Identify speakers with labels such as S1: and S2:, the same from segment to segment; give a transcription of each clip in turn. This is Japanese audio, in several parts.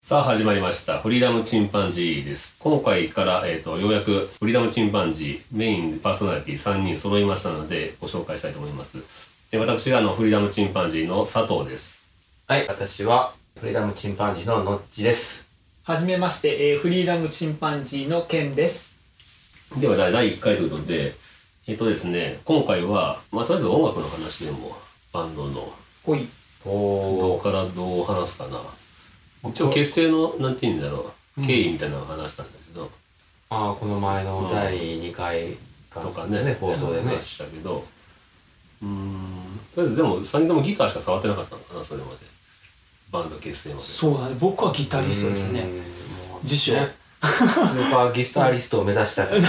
S1: さあ始まりました。フリーダムチンパンジーです。今回から、えっ、と、ようやくフリーダムチンパンジー、メインパーソナリティ3人揃いましたので、ご紹介したいと思います。で私があの、フリーダムチンパンジーの佐藤です。
S2: はい、私は、フリーダムチンパンジーのノッチです。
S3: はじめまして、えーフリーダムチンパンジーのケンです。
S1: では、第第1回ということで、えっ、とですね、今回は、まあ、とりあえず音楽の話でも、バンドの、
S3: ほい。
S1: ど
S2: お
S1: こからどう話すかな。一応、結成の、なんて言うんだろう、経緯みたいなのを話したんだけど、
S2: ああ、この前の第2回か
S1: とかね
S2: 放送でね
S1: 話。したけどうーんとりあえずでも3人ともギターしか触ってなかったのかなそれまでバンド結成まで
S3: そうだね。僕はギタリストです
S2: う
S3: ね。
S2: ん。もう
S3: 自称
S2: ねスーパーギスタリストを目指したからね。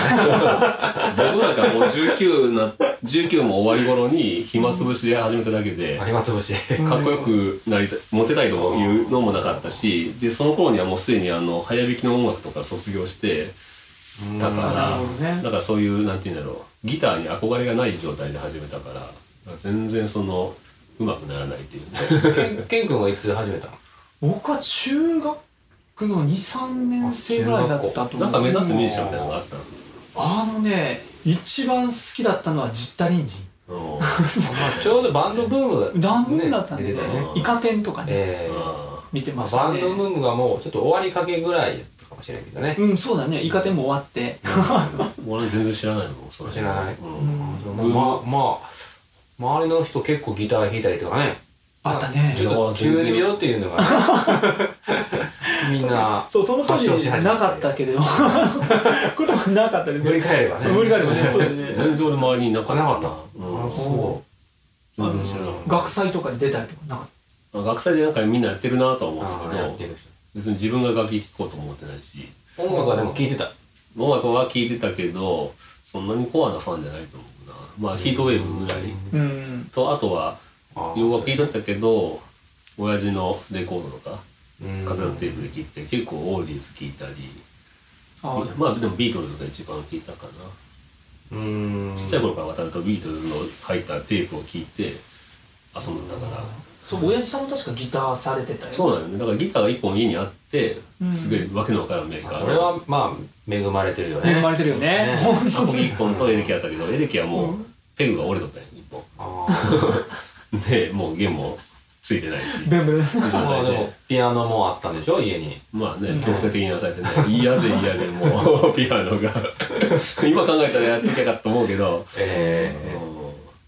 S1: 僕なんかもう19な19も終わり頃に暇つぶしで始めただけで
S2: 有馬つぶし。
S1: かっこよくなりたいモテたいというのもなかったしでその頃にはもうすでにあの早弾きの音楽とか卒業してた
S3: なる
S1: か
S3: ほど
S1: ら、
S3: ね
S1: だからそういうなんて言うんだろうギターに憧れがない状態で始めたからだから全然そのうまくならないっていうね
S2: ケンケン君はいつ始めたの
S3: 僕は中学の2、3年生ぐらいだったと思う。
S1: なんか目指すミュージシャンみたいなのがあったの
S3: あのね、一番好きだったのはジッタリンジ
S1: うん
S2: ちょうどバンドブーム
S3: ン。ダンブーだったん
S2: ね
S3: だ
S2: 出て
S3: よ
S2: たよ
S3: ね
S2: ね。。
S3: イカ天とかね、
S2: えー
S3: 見てま
S2: まあ
S3: した
S2: バ
S3: ね。
S2: ンドブームがもうちょっと終わりかけぐらいだったかもしれないけどね。
S3: うん、そうだね。イカ天も終わって。
S1: うん俺全然知らないもんそれ
S2: 知らない
S1: うん
S3: う
S2: まあまあ、まあ、周りの人結構ギター弾いたりとかね。
S3: あったね
S2: ち。ょっと急に見ろっていうのが、ね、みんな
S3: そう、その当時
S2: 発症し始めた
S3: なかった けど。こともなかったです
S2: 振り
S3: ね。
S2: 返ればね
S3: そう無理返りもね、そうだね。
S1: 全然俺周りにいなかった
S2: なかった
S1: うん
S2: そ
S1: 全然知らなかっ
S3: 学祭とかに出たりとかなかった。
S1: たまあ学祭でなんかみんなやってるなとは
S2: う
S1: 思
S2: あ
S1: っ
S2: あや
S1: た
S2: っ
S1: け
S2: て
S1: ど
S2: る
S1: 別に自分が楽器聴こうと思ってないし
S2: 人音楽はでも聴いてた
S1: 音楽は聴いてたけどそんなにコアなファンじゃないと思うなまあヒートウェーブぐらい
S3: うん。
S1: とあとは洋楽聴いてたけど親父のレコードとかカセットテープで聴いて結構オーディーズ聴いたり
S3: あ
S1: まあでもビートルズが一番聴いたかな
S2: うん
S1: ちっちゃい頃から渡るとビートルズの入ったテープを聴いて遊んだから、
S3: そう、親父さんも確かギターされてたよ。
S1: そうなんだよねだからギターが一本家にあって
S3: うん
S1: すごいわけのわからんメーカー
S2: これ
S1: の
S2: はまあ恵まれてるよね
S3: 恵まれてるよ
S2: ね
S3: ね。本当
S1: アコギ
S3: に。
S1: 一本とエレキやったけどエレキはもうペグが折れとったんや一本
S2: ああ
S1: でもう弦もついてないし
S3: 全部。
S1: 状
S2: まあ
S1: 態
S2: でも
S1: で
S2: ピアノもあったんでしょ家に
S1: まあね
S3: うん
S1: 強制的にやらされてね嫌で嫌でもうピアノが 今考えたらやっときゃかと思うけど
S2: え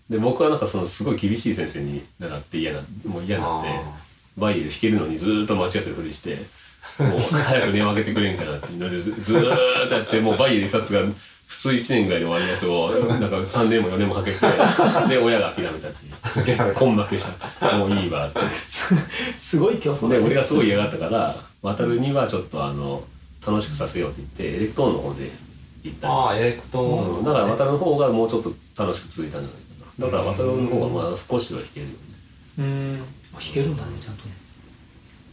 S1: で僕はなんかそのすごい厳しい先生に習って嫌なもう嫌なんで
S2: あー
S1: バイエル弾けるのにずーっと間違ってるふりしてもう早く音を上げてくれんかなっていうのでずずーっとやってもうバイエル一冊が普通1年ぐらいで終わるやつをなんか3年も4年もかけてで親が諦めたっていう
S2: え諦めた
S1: 困惑したもういいわって
S3: すごい競争だ
S1: で
S3: よ
S1: 俺がすごい嫌がったから渡るにはちょっとあの楽しくさせようって言ってエレクトーンの方で行ったり
S2: ああエレクトーン
S1: だから渡るの方がもうちょっと楽しく続いたんじゃないかなだから渡るの方がまあ少しは弾けるよね
S3: うん。弾けるんだね、ちゃんとね。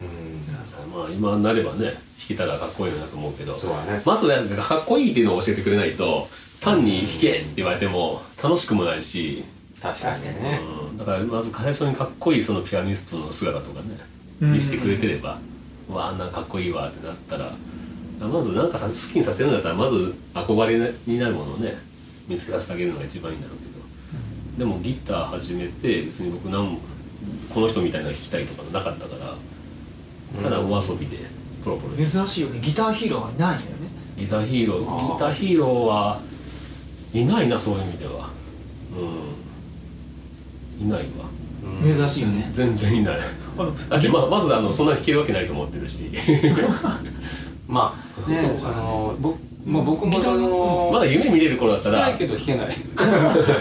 S2: うん
S1: まあ今になればね弾けたらかっこいいなと思うけど
S2: そうだね
S1: まずはかっこいいっていうのを教えてくれないと単に弾けって言われても楽しくもないし、
S2: 確かにね
S1: うん、だからまず最初にかっこいいそのピアニストの姿とかね
S3: うん
S1: 見せてくれてれば、うわあんなかっこいいわってなったらまずなんかさ好きにさせるんだったらまず憧れになるものをね見つけさせてあげるのが一番いいんだろうけど、でもギター始めて別に僕何もこの人みたいなの弾きたいとかなかったからただお遊びでポロポロ弾いて
S3: 珍しいよね。ギターヒーローがいないんだよね。
S1: ギターヒーロ
S2: あ
S1: ー
S2: ー
S1: ギターヒーローはいないなそういう意味ではうんいないわ
S2: うん
S3: 珍しいよね。
S1: 全然いない
S3: あの、
S1: だってままずあのそんなに弾けるわけないと思ってる し
S2: まあねその僕まあ僕もその
S1: まだ夢見れる頃だった
S2: 弾きた
S1: ら
S2: いけど弾けない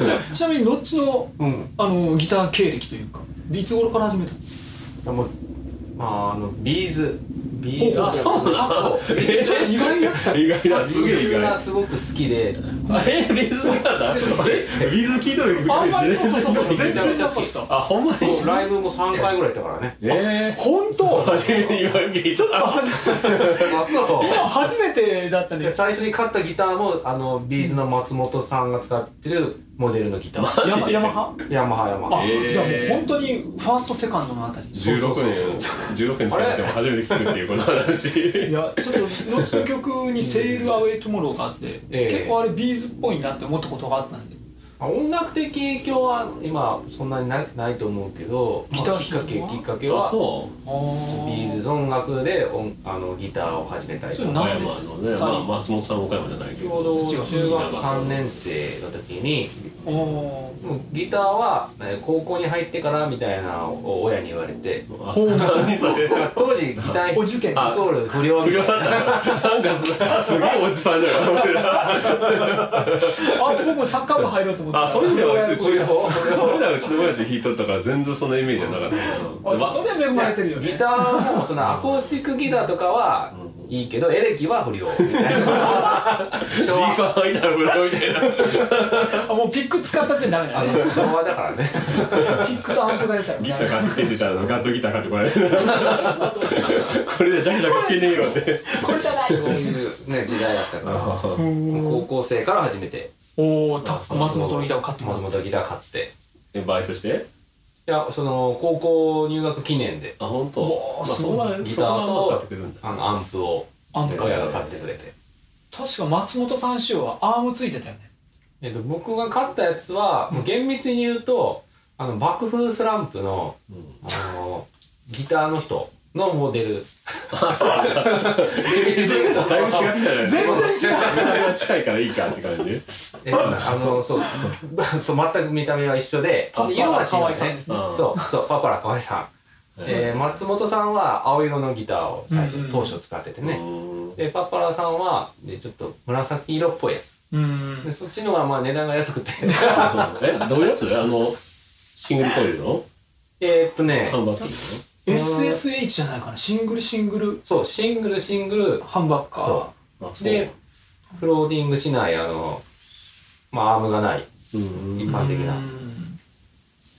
S3: じゃあちなみに、どっちの、
S2: うん
S3: あの、ギター経歴というか、でいつ頃から始めたの
S2: でもまああのビーズビ
S3: ほう
S2: ーズ
S3: ほう
S2: あそうなの
S3: ちょっと意外やった。
S1: 意外だすげえ
S2: ビ
S1: 意
S2: ーズが
S1: 外
S2: すごく好きで
S1: あえ水なんだえ水聞いたのにびっ
S3: あん
S1: く
S3: まり
S1: り
S3: そうそう
S1: して
S3: そうそう
S2: め
S3: 全
S2: ちゃめ
S3: 然
S2: ちゃ
S3: な
S2: 好
S3: か
S2: き
S3: った
S1: あほんまに
S2: ライブも3回ぐらい行ったから ね
S1: えー
S3: 本当
S1: 初めて今聞い
S3: ちょっと
S1: た
S3: 初めて
S2: あそ
S3: 今初めてだった
S2: う
S3: ね
S2: で最初に買ったギターもあのビーズの松本さんが使ってるモデルのギタ ー
S1: マジ
S3: ヤマ
S1: で
S3: ヤマハ
S2: ヤマハヤマ
S3: あ、
S2: ハ
S1: えー
S3: じゃあもう本当にファーストセカンドのあたり
S2: そうそうそう
S1: 16年16年使っても初めて聞くっていうこの
S3: い
S1: 話
S3: やちょっと後の曲に「セールアウェイトゥモロー」があって、
S2: ええ
S3: 結構あれビーズっぽいなって思ったことがあったんで
S2: 音楽的影響は今そんなになないと思うけど、まあ
S3: ギター
S2: きっかけ
S3: 弾くのは
S2: きっかけ
S1: あ
S2: は
S1: そ
S3: あー
S2: ビーズの音楽で音あのギターを始めたり
S3: そ
S2: と
S1: う
S3: れ
S2: か
S1: 岡
S3: な
S1: 山
S3: んで
S1: のね、まあ、松本さんは岡山じゃないけ
S2: ち
S1: ど
S2: ょうど中学
S3: 違う
S2: 3年生の時に
S3: おおー
S2: もうギターはえー高校に入ってからみたいなのを親に言われて
S1: あ何それ
S2: 当時ギター
S3: お受験
S2: イコール不良
S1: 不
S2: みた
S1: 良
S2: いな
S1: だったからなんかすすごいおじさんだよ俺ら
S3: あ僕もサッカー部入ろうと思ってた
S1: あそういう意味ではうち
S2: 不良
S1: それらうちの親父弾いとったから全然そんなイメージはなかったけど
S3: あそそれは恵まれてるよね
S2: ギターもそのアコースティックギターとかは
S1: う
S2: いいけどエレキは不 良みたいな
S1: ジーパン履いたら不良みたいな
S3: あもうピック使った時点でダメだ
S2: あの
S3: ね
S2: 昭和だからね
S3: ピックとアンプが出たら
S1: ギタ
S3: ダメ
S1: ー買っててたのガットギター買ってこられてこれじゃジャクジャク弾けねえよって
S3: これじゃない
S2: そういうね時代だったからもう高校生から初めて
S3: おおタック松本のギターを買ってもら
S2: 松
S3: った
S2: 本ギター買って
S1: えバイトして
S2: いやその高校入学記念で
S1: あ本
S3: う
S1: 当
S3: わー
S1: まあ
S3: す
S1: そ
S3: ごい
S1: こは
S2: ギ
S1: そ
S2: タ
S1: こ
S2: ー
S1: は買っ
S2: と
S1: てくるんだ
S2: あのアンプを
S3: アンプ
S1: か
S2: 親が買ってくれて、
S3: 確か松本さん仕様はアームついてたよね
S2: えっと、僕が買ったやつは、もう厳密に言うとあの爆風スランプの
S1: うん
S2: あのギターの人のモデル
S1: あそうなんだだいぶ違ってたじゃない
S3: 全然違う
S1: 見た目は近いからいいかって感じ
S2: えっとあのそうそう全く見た目は一緒で
S3: パパ
S2: 色は違う、ね、
S3: 可愛さですね
S2: そうそうパパラ河合さん、えー松本さんは青色のギターを最初、
S3: うんうん
S2: 当初使ってて
S1: うん
S2: ね、でパパラさんはでちょっと紫色っぽいやつ
S3: う
S2: で
S3: ん
S2: そっちのがまあ値段が 安くて
S1: えどういうやつあのシングルコイルの
S2: えーっとね
S1: ハンバーキー
S3: SSH じゃないかなシングルシングル
S2: そうシングルシングル
S3: ハンバッカー
S2: そ
S1: のあ
S2: う
S1: そう
S2: でフローディングしないあのまあアームがない
S1: うん
S2: 一般的な
S3: うん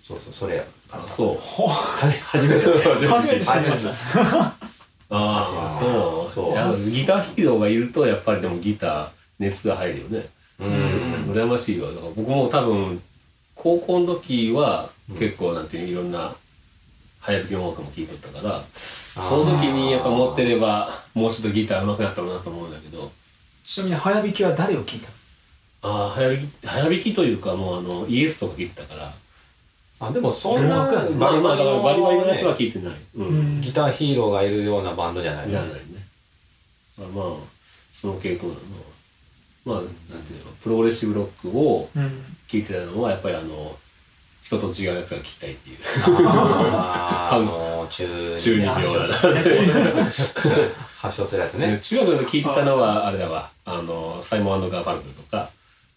S2: そうそうそれや
S1: あそう
S3: ほ
S2: は初めて
S3: 初めて知
S2: 初
S3: り
S2: め
S3: ま
S2: て
S3: した
S1: ああそう
S2: そう
S1: いやギターヒーローがいるとやっぱりでもギター熱が入るよね
S2: う
S1: うん
S2: ん
S1: 羨ましいわだから僕も多分高校の時は結構なんていういろんな早吹き音楽も聴いとったからその時にやっぱ持ってればもうちょっとギター上手くなったかなと思うんだけど
S3: ちなみに早弾きは誰を聞いた
S1: ああ早弾き早弾きというかもうあのイエスとか聴いてたから
S2: あでもそんな
S3: 音楽やね
S1: まあまあだからバリバリのやつは
S2: ね
S1: 聴いてない、う
S3: うん
S2: ギターヒーローがいるようなバンドじゃない
S1: じゃないね。まあ、まあ、その傾向なのは、まあ、なんていうの、プログレッシブロックを
S3: うん
S1: 聴いてたのは、やっぱりあの、人と違うやつが聴きたいっていう。
S2: あーあの中
S1: 中二
S2: に
S1: 病
S3: あそう
S1: だな。
S2: 発症するやつ
S1: ね
S2: ね
S1: 中学の時聴いてたのは、あれだわ、あの、サイモンガーファルクとか、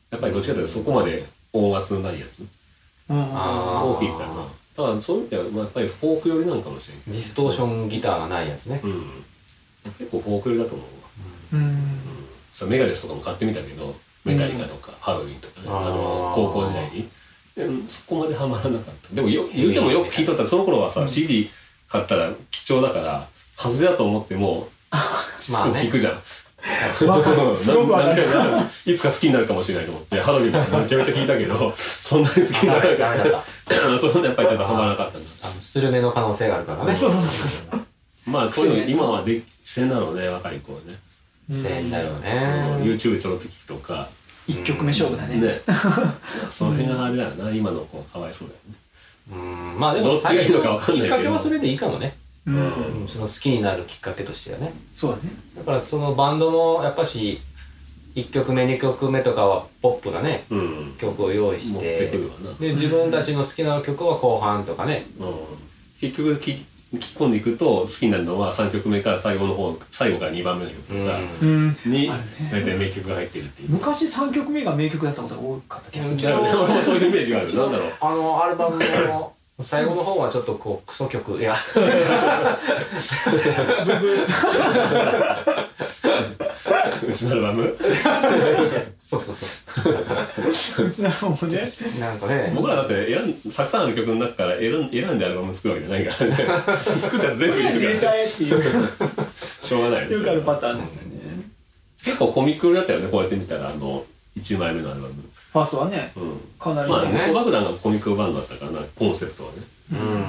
S1: やっぱりどっちかというとそこまで音圧のないやつ
S3: うん
S2: あー
S1: を聴いてたな。だからそういう意味では、まあ、やっぱりフォーク寄りなんかもしれんけ
S2: デ
S1: ど。
S2: ィストーションギターがないやつね
S1: うん。結構フォーク寄りだと思うわ。
S3: うん
S1: そうメガレスとかも買ってみたけどメタリカとかハロウィンとかね、
S2: あー
S1: あの高校時代にでもそこまでハマらなかったでもよ言うてもよく聞いとったらその頃はさ、CD 買ったら貴重だから外れだと思ってもすぐ
S2: まあね
S1: 聞くじゃん、
S3: わ かるすごくわかる
S1: 何回もいつか好きになるかもしれないと思ってハロウィンとかめちゃめちゃ聞いたけど そんなに好きにならな
S2: ダメダメだ
S1: かったあ のそんなやっぱりちょっとハマらなかったんだ
S2: あのスルメの可能性があるからね
S3: そうそうそう
S1: まあそういうの今はできせんだろうね若い子はね、
S2: せんだよ
S1: うん
S2: ね
S1: YouTube ちょろっと聞くとか
S3: 一曲目勝負だね
S1: ね その辺があれだよな今の子はかわいそうだよね
S2: うんまあでも
S1: どっちがいいのかわかんないけど
S2: きっかけはそれでいいかもね
S3: う
S1: うん
S3: ん
S2: その好きになるきっかけとしてはね
S3: そうだね
S2: だからそのバンドもやっぱし1曲目2曲目とかはポップなね
S1: うん
S2: 曲を用意し
S1: 持っててくるわな、
S2: で自分たちの好きな曲は後半とかね
S1: うん、結局聞き聞き込んでいくと好きになるのは3曲目から最後の方最後から2番目の曲とか
S3: うん
S1: に
S3: あるね
S1: 大体名曲が入ってるっていう、
S3: 昔3曲目が名曲だったことが多かった気がする
S1: だよね俺 もそういうイメージがあるなんだろう
S2: あのアルバムの最後の方はちょっとこうクソ 曲いや
S1: うちのアルバム
S2: そうそうそう
S3: ちの思い出として
S2: うなんかね
S1: 僕らだって選んたくさんある曲の中から選ん選んでアルバム作るわけじゃないからね 作ったやつ全部入れ
S3: 入れ
S1: る
S3: ち
S1: か
S3: ゃ
S1: ら
S3: えっていう
S1: しょうがないです
S3: よくあるパターンですよね
S1: 結構コミックだったよねこうやって見たらあの1枚目のアルバム
S3: ファーストはね
S1: うん
S3: かなり、ね
S1: まあ
S2: ね
S1: ね、爆弾がコミックバンドだったからな、コンセプトはね。
S2: うん
S1: う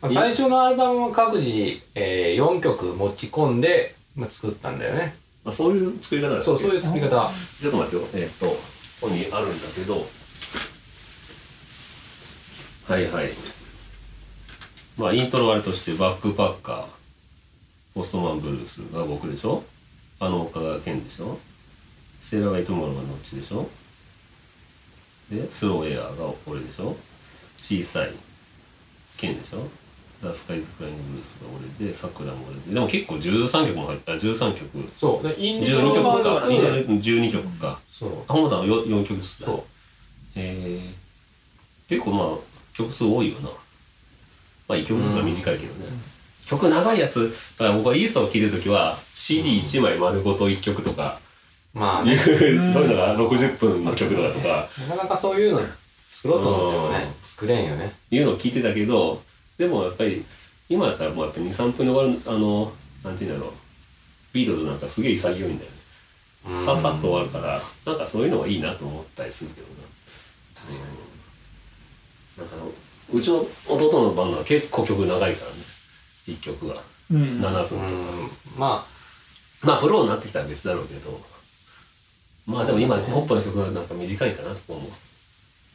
S2: まあ最初のアルバムは各自、えー、4曲持ち込んで、まあ、作ったんだよね
S1: ん。そういう作り方だっけ
S2: そうそういう作り方
S1: ちょっと待ってよ。えーっと、ここにあるんだけど。はいはい。まあ、イントロはあれとして、バックパッカー、ポストマンブルースが僕でしょあの岡川健でしょセーラーウェイトモローがどっちでしょで、スローエアーが俺でしょ小さい剣でしょザ・スカイズ・クライング・ブルースが俺で、桜も俺で。でも結構13曲も入った、13曲。
S2: そうでインディ
S1: 12
S2: ゴ
S1: 曲
S2: バンド
S1: か。
S2: 組んで
S1: 12曲か。
S2: そう
S1: あ、本当は 4, 4曲ずつだ。
S2: そう
S1: えー、結構まあ、曲数多いよな。まあ、1曲ずつは短いけどね。曲長いやつ、だから僕はイーストを聴いてるときは、CD1 枚丸ごと1曲とか、
S2: まあ
S1: いう
S2: ね
S1: そういうのが60分の曲とかとか、
S2: なかなかそういうの作ろうと思ってもね
S1: う
S2: 作れんよね
S1: いうのを聞いてたけど、でもやっぱり、今だったらもうやっぱ2、3分で終わる、あの、なんていうんだろう。ビートルズなんかすげえ潔いんだよね。さっさと終わるから、なんかそういうのがいいなと思ったりするけどな。
S2: 確か
S1: だからうちの弟のバンドは結構曲長いからね1曲が
S3: うん
S1: 7
S2: に
S1: 分、
S2: うんま
S1: まあプロになってきたら別だろうけどまあでも今ポップな曲がなんか短いかなと思う
S2: あ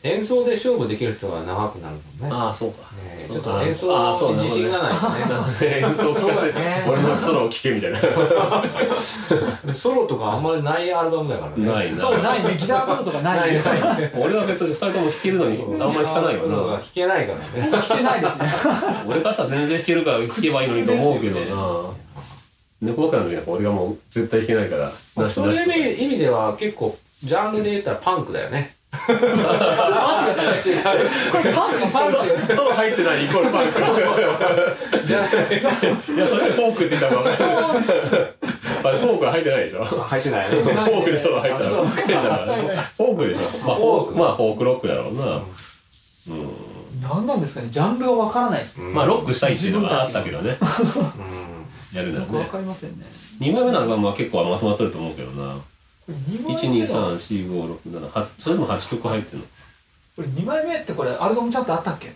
S2: 演奏で勝負できる人は長くなるもんね
S1: ああそうか、
S2: ねち
S1: そう
S2: ょっと演
S1: ああ
S2: 奏
S1: そう
S2: に自信が
S1: い
S2: な いよね
S1: 演奏を聞かせて、俺のソロを聴けみたいな
S2: ソロとかあんまりないアルバムだからね。
S1: ないな
S3: そうないねギターソロとかないね
S1: 俺は別に2人とも弾けるのにあんまり弾かないよ
S2: 弾
S1: な
S2: けないから ね。
S3: 弾けないですね
S1: 俺からしたら全然弾けるから弾けばいいのにと思うけど
S3: です
S1: な、猫ばっかの時なんか俺がもう絶対弾けないからなし
S2: そう
S1: なしとか
S2: いう意味では結構ジャンルで言ったらパンクだよ ね。
S3: ちょっと待ってくださいこれパンクのパンチ
S1: ソロ入ってないイコールパンク。いや、それフォークって言ったのか分かんないあれフォークは入ってないでしょフォ
S2: 入ってない。
S1: ークでソロ入ったら、フォークだからねフォークでしょまあ、フォーク、まあ、フォークロックだろうな。う
S3: 何なんですかねジャンルがわからないですね
S1: ん。まあ、ロックしたいっていうのがあったけどね。やるなら
S3: 僕わ
S1: ね。
S3: かりませんね
S1: 2枚目のアルバムは結構まとまってると思うけどな。
S3: これ2
S1: 1、
S3: 枚
S1: 2、
S3: 目の
S1: 3、4、5、6、7、8。それでも8曲入ってる
S3: これ2枚目ってこれアルバムちゃんとあったっけ
S1: の。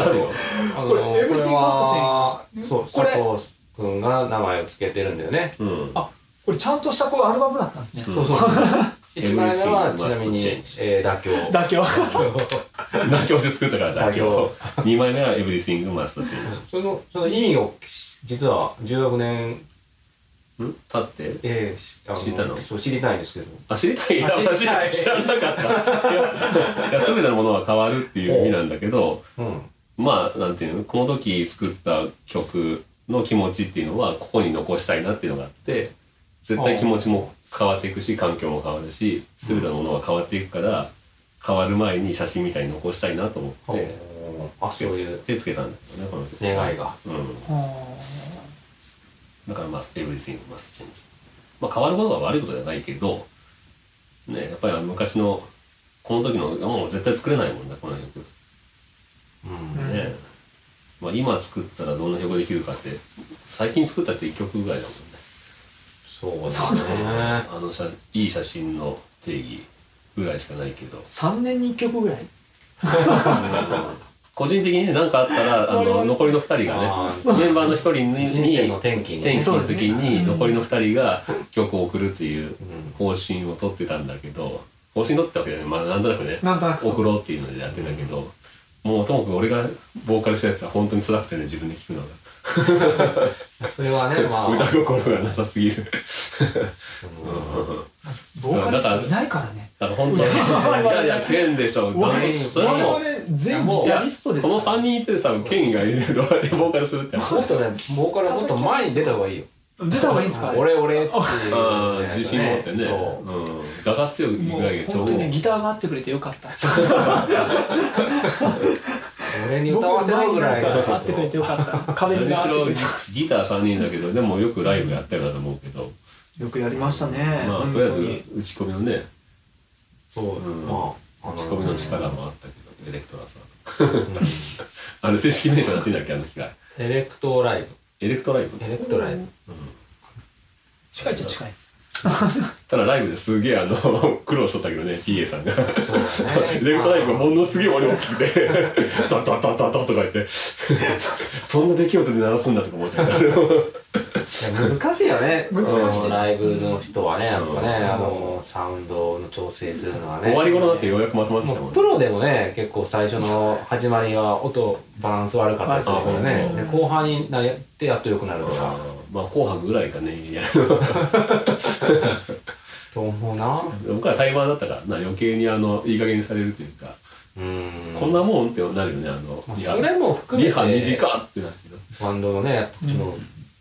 S1: あるよ。
S2: あの
S3: これ MC
S2: は
S3: マスターチェンジ
S2: そう
S3: これ
S2: 佐藤君が名前を付けてるんだよね。
S1: うん。
S3: これちゃんとしたこうアルバムだったんですね
S1: うん
S2: そうそう。 一枚目は
S1: MC
S2: ちなみに
S1: must change
S2: えー妥協。
S3: だけ は
S1: 妥協して作ったから妥協
S2: 妥。
S1: 2枚目は Everything Must Change。
S2: そのその意味を実は16年
S1: ん立って
S2: えーしあ
S1: 知ったの
S2: そう知りたいんですけど。
S1: あ知りたい
S2: あ知りたい
S1: 知ら知らなか ったいやいや全てのものは変わるっていう意味なんだけど
S2: うん。
S1: まあなんていうのこの時作った曲の気持ちっていうのはここに残したいなっていうのがあって絶対気持ちも変わっていくし環境も変わるし全てのものは変わっていくから変わる前に写真みたいに残したいなと思って
S2: あそういう
S1: 手つけたんだよねこの曲
S2: 願いが。
S1: うん
S3: あ
S1: だからまあ everything must change まあ変わることが悪いことじゃないけどねやっぱり昔のこの時のもう絶対作れないもんねこの曲ね、
S2: うん。
S1: まあ今作ったらどんな曲できるかって最近作ったって1曲ぐらいだもんね
S2: そうだね。
S1: あの写いい写真の定義ぐらいしかないけど
S3: 3年に1曲ぐらい
S1: うん個人的にね何かあったらあの残りの2人
S2: あ
S1: が
S2: ー
S1: ねメンバーの1人に
S2: 人生の転機に。
S1: 天気の時に
S3: うん
S1: 残りの2人が曲を送るっていう
S2: うん
S1: 方針を取ってたんだけど方針取ってたわけじゃないまあなんとなくね
S3: なんとなくそう
S1: 送ろうっていうのでやってたけどもうともかく俺がボーカルしたやつは本当に辛くてね自分で聴くの
S2: それはね、 まあ。
S1: が歌心がなさすぎ る
S3: ボーカリストいないからね
S1: だから本当にいやいや剣でしょ
S3: 我
S2: 々
S1: それはもう
S3: 全
S2: も
S3: ギ
S1: いや
S3: タ
S1: こ
S3: リストです
S1: の3人いてさ剣がいるどうやって ボーカルするって
S2: もっとね、ボーカルもっと前に出た方がいいよ。
S3: 出た方がいいんですか
S2: 俺俺っていう、
S1: あー自信持ってね
S2: そう。
S1: うん画が強い
S3: も
S1: ぐらいが
S3: う
S1: ちょ
S3: 本
S1: う
S3: 当
S1: ど
S3: にねギターがあってくれてよ かった
S2: 俺に歌わせないぐらいが
S3: あってくれてよかった壁
S1: 何
S3: に
S1: し
S3: あって
S1: ろ
S3: くれて
S1: ギター3人だけどでもよくライブやったよなと思うけど
S3: よくやりましたね。
S1: まあ
S3: 本
S1: と
S3: 当
S1: りあえ
S3: に
S1: ず打ち込みのね
S2: そう、
S1: うん
S2: まあ
S1: 打ち込みの力もあったけどエレクトラさん
S2: うん
S1: あれ正式名称なんて言うんだっけあの機械
S2: エレクトライ
S1: エレクトライブ
S2: ブエレクトライブ
S4: 近いっちゃ近い
S1: ただライブですげえあの苦労しとったけどね PA さんが
S2: そうだね
S1: エレクトライブがものすげえ俺大きくてダダダダダとか言ってそんな出来事で鳴らすんだとか思って
S2: いや難しいよね
S3: 難しい
S2: うんライブの人はねやっぱね、
S1: うん
S2: あのサウンドの調整するのはね
S1: 終わり頃だってようやくまとまってきた
S2: も
S1: も
S2: うんプ
S1: ね
S2: ロでもね結構最初の始まりは音バランス悪かったりするから
S1: あ
S2: ね
S1: そう
S2: で後半になってやっと良くなると
S1: あ
S2: か
S1: ーまあ紅白ぐらいかねやる
S2: と思うな
S1: 僕らタイマーだったからな余計にあのいい加減にされるというか、
S2: うん
S1: こんなもんってなるよねあの
S2: まあ
S1: リハ
S2: それも含め
S1: リ
S2: て
S1: ハ短っってなるけど
S2: バンドのねやっぱその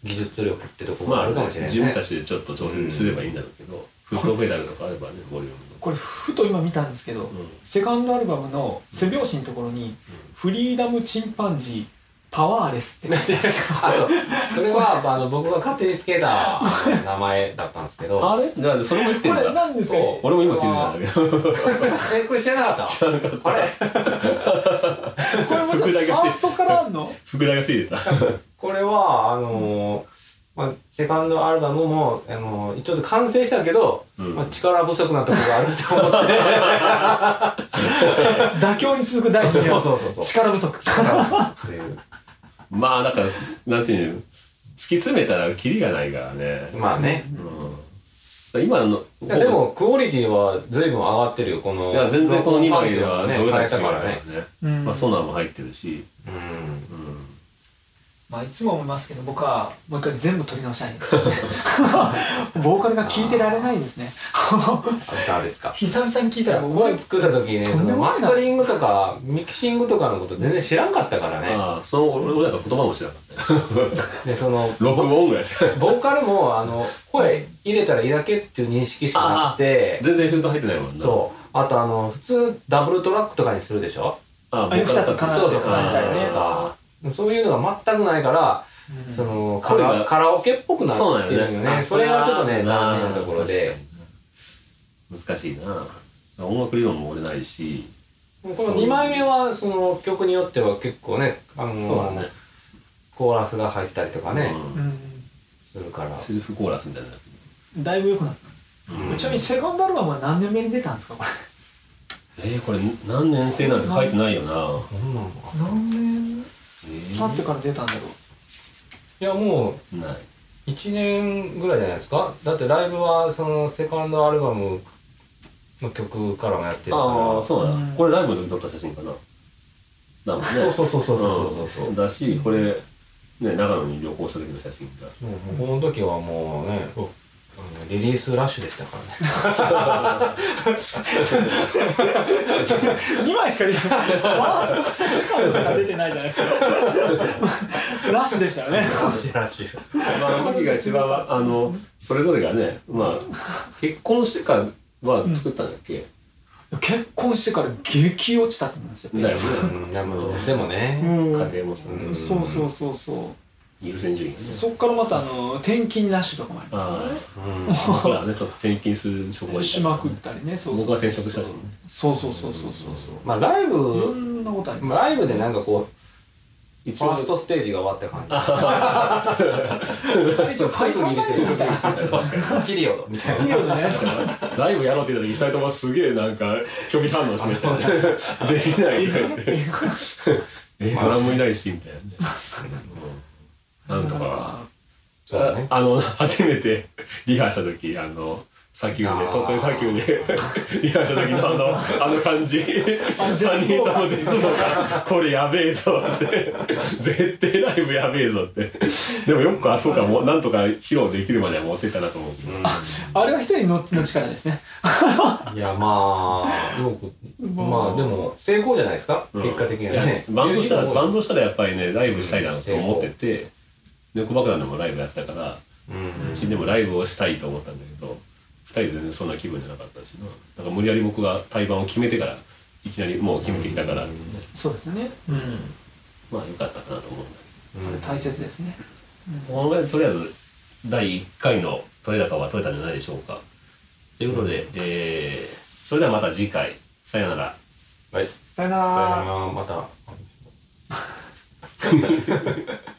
S2: 技術力ってとこも
S1: ま
S2: あ
S1: あ
S2: るかもしれない
S1: 自分た
S2: ね
S1: ちでちょっと調整すればいいんだろうけど、フットペダルとかあればねボリューム
S3: これふと今見たんですけど、
S1: の、うん
S3: セカンドアルバムの背表紙のところに「フリーダムチンパンジーパワーレス」って書いてある
S2: あとそれはあの僕が勝手につけたあの名前だったんですけど
S1: あれじゃあそれも生きて
S3: こ
S1: る
S3: れ
S1: んだ
S3: 何ですか
S2: そう
S1: 俺も今気づいたんだけど
S2: えこれ知らなかったあれ
S3: これもさフ
S1: 服だけついて
S3: ァーストからあんの
S1: 福田がついてた
S2: これはあのーまあ、セカンドアルバムも、あのー、ちょっと完成したけど、
S1: うん
S2: まあ、力不足なところがあると思って
S3: 妥協に続く大事
S2: そ
S3: な
S2: うそうそうそう
S3: 力不足
S2: 力不足という
S1: まあだからなんていうの突き詰めたらキリがないからね、
S2: まあね
S1: うん、今の
S2: いやでもクオリティは随分上がってるよこの
S1: いや全然この2枚ではど
S2: ね
S1: ういうのが
S2: 変え
S1: 違う
S2: た
S1: か
S2: からら
S1: ね
S2: ね、
S3: うん
S1: まあ、ソナーも入ってるし、
S2: うん
S1: うん、
S3: まあいつも思いますけど僕はもう一回全部取り直したい ボーカルが聴いてられないですね
S2: あったですか
S3: 久々に聴いたらもうう
S2: こ
S3: わ
S2: れ作った時ね
S3: とんでもない
S2: マスタリングとかミキシングとかのこと全然知らんかったからね
S1: ああその俺俺なんか言葉も知らなかったよ
S2: でその
S1: 録音ぐらいしか
S2: ボーカルもあの声入れたらいいだけっていう認識しかなくて
S1: 全然フェルト入ってないもんな
S2: そうあとあの普通ダブルトラックとかにするでしょ
S1: ああ
S3: あれ
S1: 僕ら
S3: 二つかな
S2: そうそう
S3: 重ねたりね
S1: あ
S2: そういうのが全くないから、
S3: うん
S2: そのカ
S1: 声が
S2: ラカラオケっぽく
S1: あ
S2: な
S1: そうな
S2: っ
S1: ん
S2: てるよ
S1: よ
S2: ね
S1: ね
S2: それがちょっとね
S1: あ
S2: 残念なところで
S1: 確かにな難しいな音楽理論も俺ないし
S2: この2枚目はその曲によっては結構ねあのコーラスが入ってたりとかね、
S1: うん
S2: するから
S1: セルフコーラスみたいな
S3: うんだいぶ良くなったんです
S1: うん
S3: ちなみにセカンドアルバムは何年目に出たんですかこれ
S1: えー、これ何年生なんて書いてないよな
S2: そんなの
S3: 何年
S1: え
S3: 経ってから出たんだろう
S2: いやも
S1: ーないう
S2: 1年ぐらいじゃないですかだってライブはそのセカンドアルバムの曲からもやってるから
S1: ああそうだ、
S3: うん
S1: これライブの時に撮った写真かなだもんね
S2: そうそうそうそうそうそうそう
S1: だしこれね長野に旅行した時の写真 が
S2: もうこの時はもうね、あのリリースラッシュでしたからね。
S3: 2枚しか出 てないワーストセカンドしか出てないじゃない ですかラッシュでしたよね
S2: ラッシュ。
S1: まあ、あの時が一番はあのそれぞれがねまあ結婚してからは作ったんだっけ、
S3: 結婚してから激落ちたって思うんですよ、
S1: だよ
S2: うん、でもどうしてもね。
S1: ね家庭もさ、
S2: うん
S3: そうそうそうそ
S1: 優先順位が
S3: う
S1: ね
S3: そっからまたあの転勤ラッシュとかもありま
S1: あ
S3: すよね
S1: あ僕らはねちょっと転勤する職場に
S3: しまくったりねそうそう
S1: 僕が転職したしね
S3: そうそうそうそうそうそう
S2: まあライ
S3: いろ
S2: ブ、
S3: んなことあります
S2: ライブでなんかこう、
S1: 一
S2: ファ
S1: 応
S2: ーストステージが終わった感じ。
S3: 一応解散ライブみたいな
S2: ピリオドみたい
S3: ピリ オドね
S1: ライブやろうって言った時二人ともすげえなんか虚偽反応しましたよねできないとか言って えドラムいないしみたいなねうんなんとか
S2: な。ね。
S1: ああの初めてリハした時あの砂丘で
S2: あー
S1: 鳥取砂丘 でリハした時のあのあの感じ3
S3: 絶望
S1: 人と
S3: 感
S1: も絶望がこれやべえぞって絶対ライブやべえぞってでもよくあそうかもなんとか披露できるまでは持ってったなと思うけど
S3: あれは一人のの力ですね
S2: うんいやまあ、よく、まあでも成功じゃないですか、結果的にはね。
S1: いやバンドしたら
S2: うん
S1: バンドしたらやっぱりねライブしたいなと思ってて猫爆弾でもライブやったからうちでもライブをしたいと思ったんだけど2人で全然そんな気分じゃなかったしなだから無理やり僕が対バンを決めてからいきなりもう決めてきたから、
S3: そうですねうん
S1: まあよかったかなと思うんだ
S2: うん
S3: 大切ですね
S1: けどこのぐらいでとりあえず第1回の取れ高は取れたんじゃないでしょうか。ということで、えーそれではまた次回、さよなら。
S2: はい。
S3: さよな
S2: さよ
S3: ら
S2: ならまた。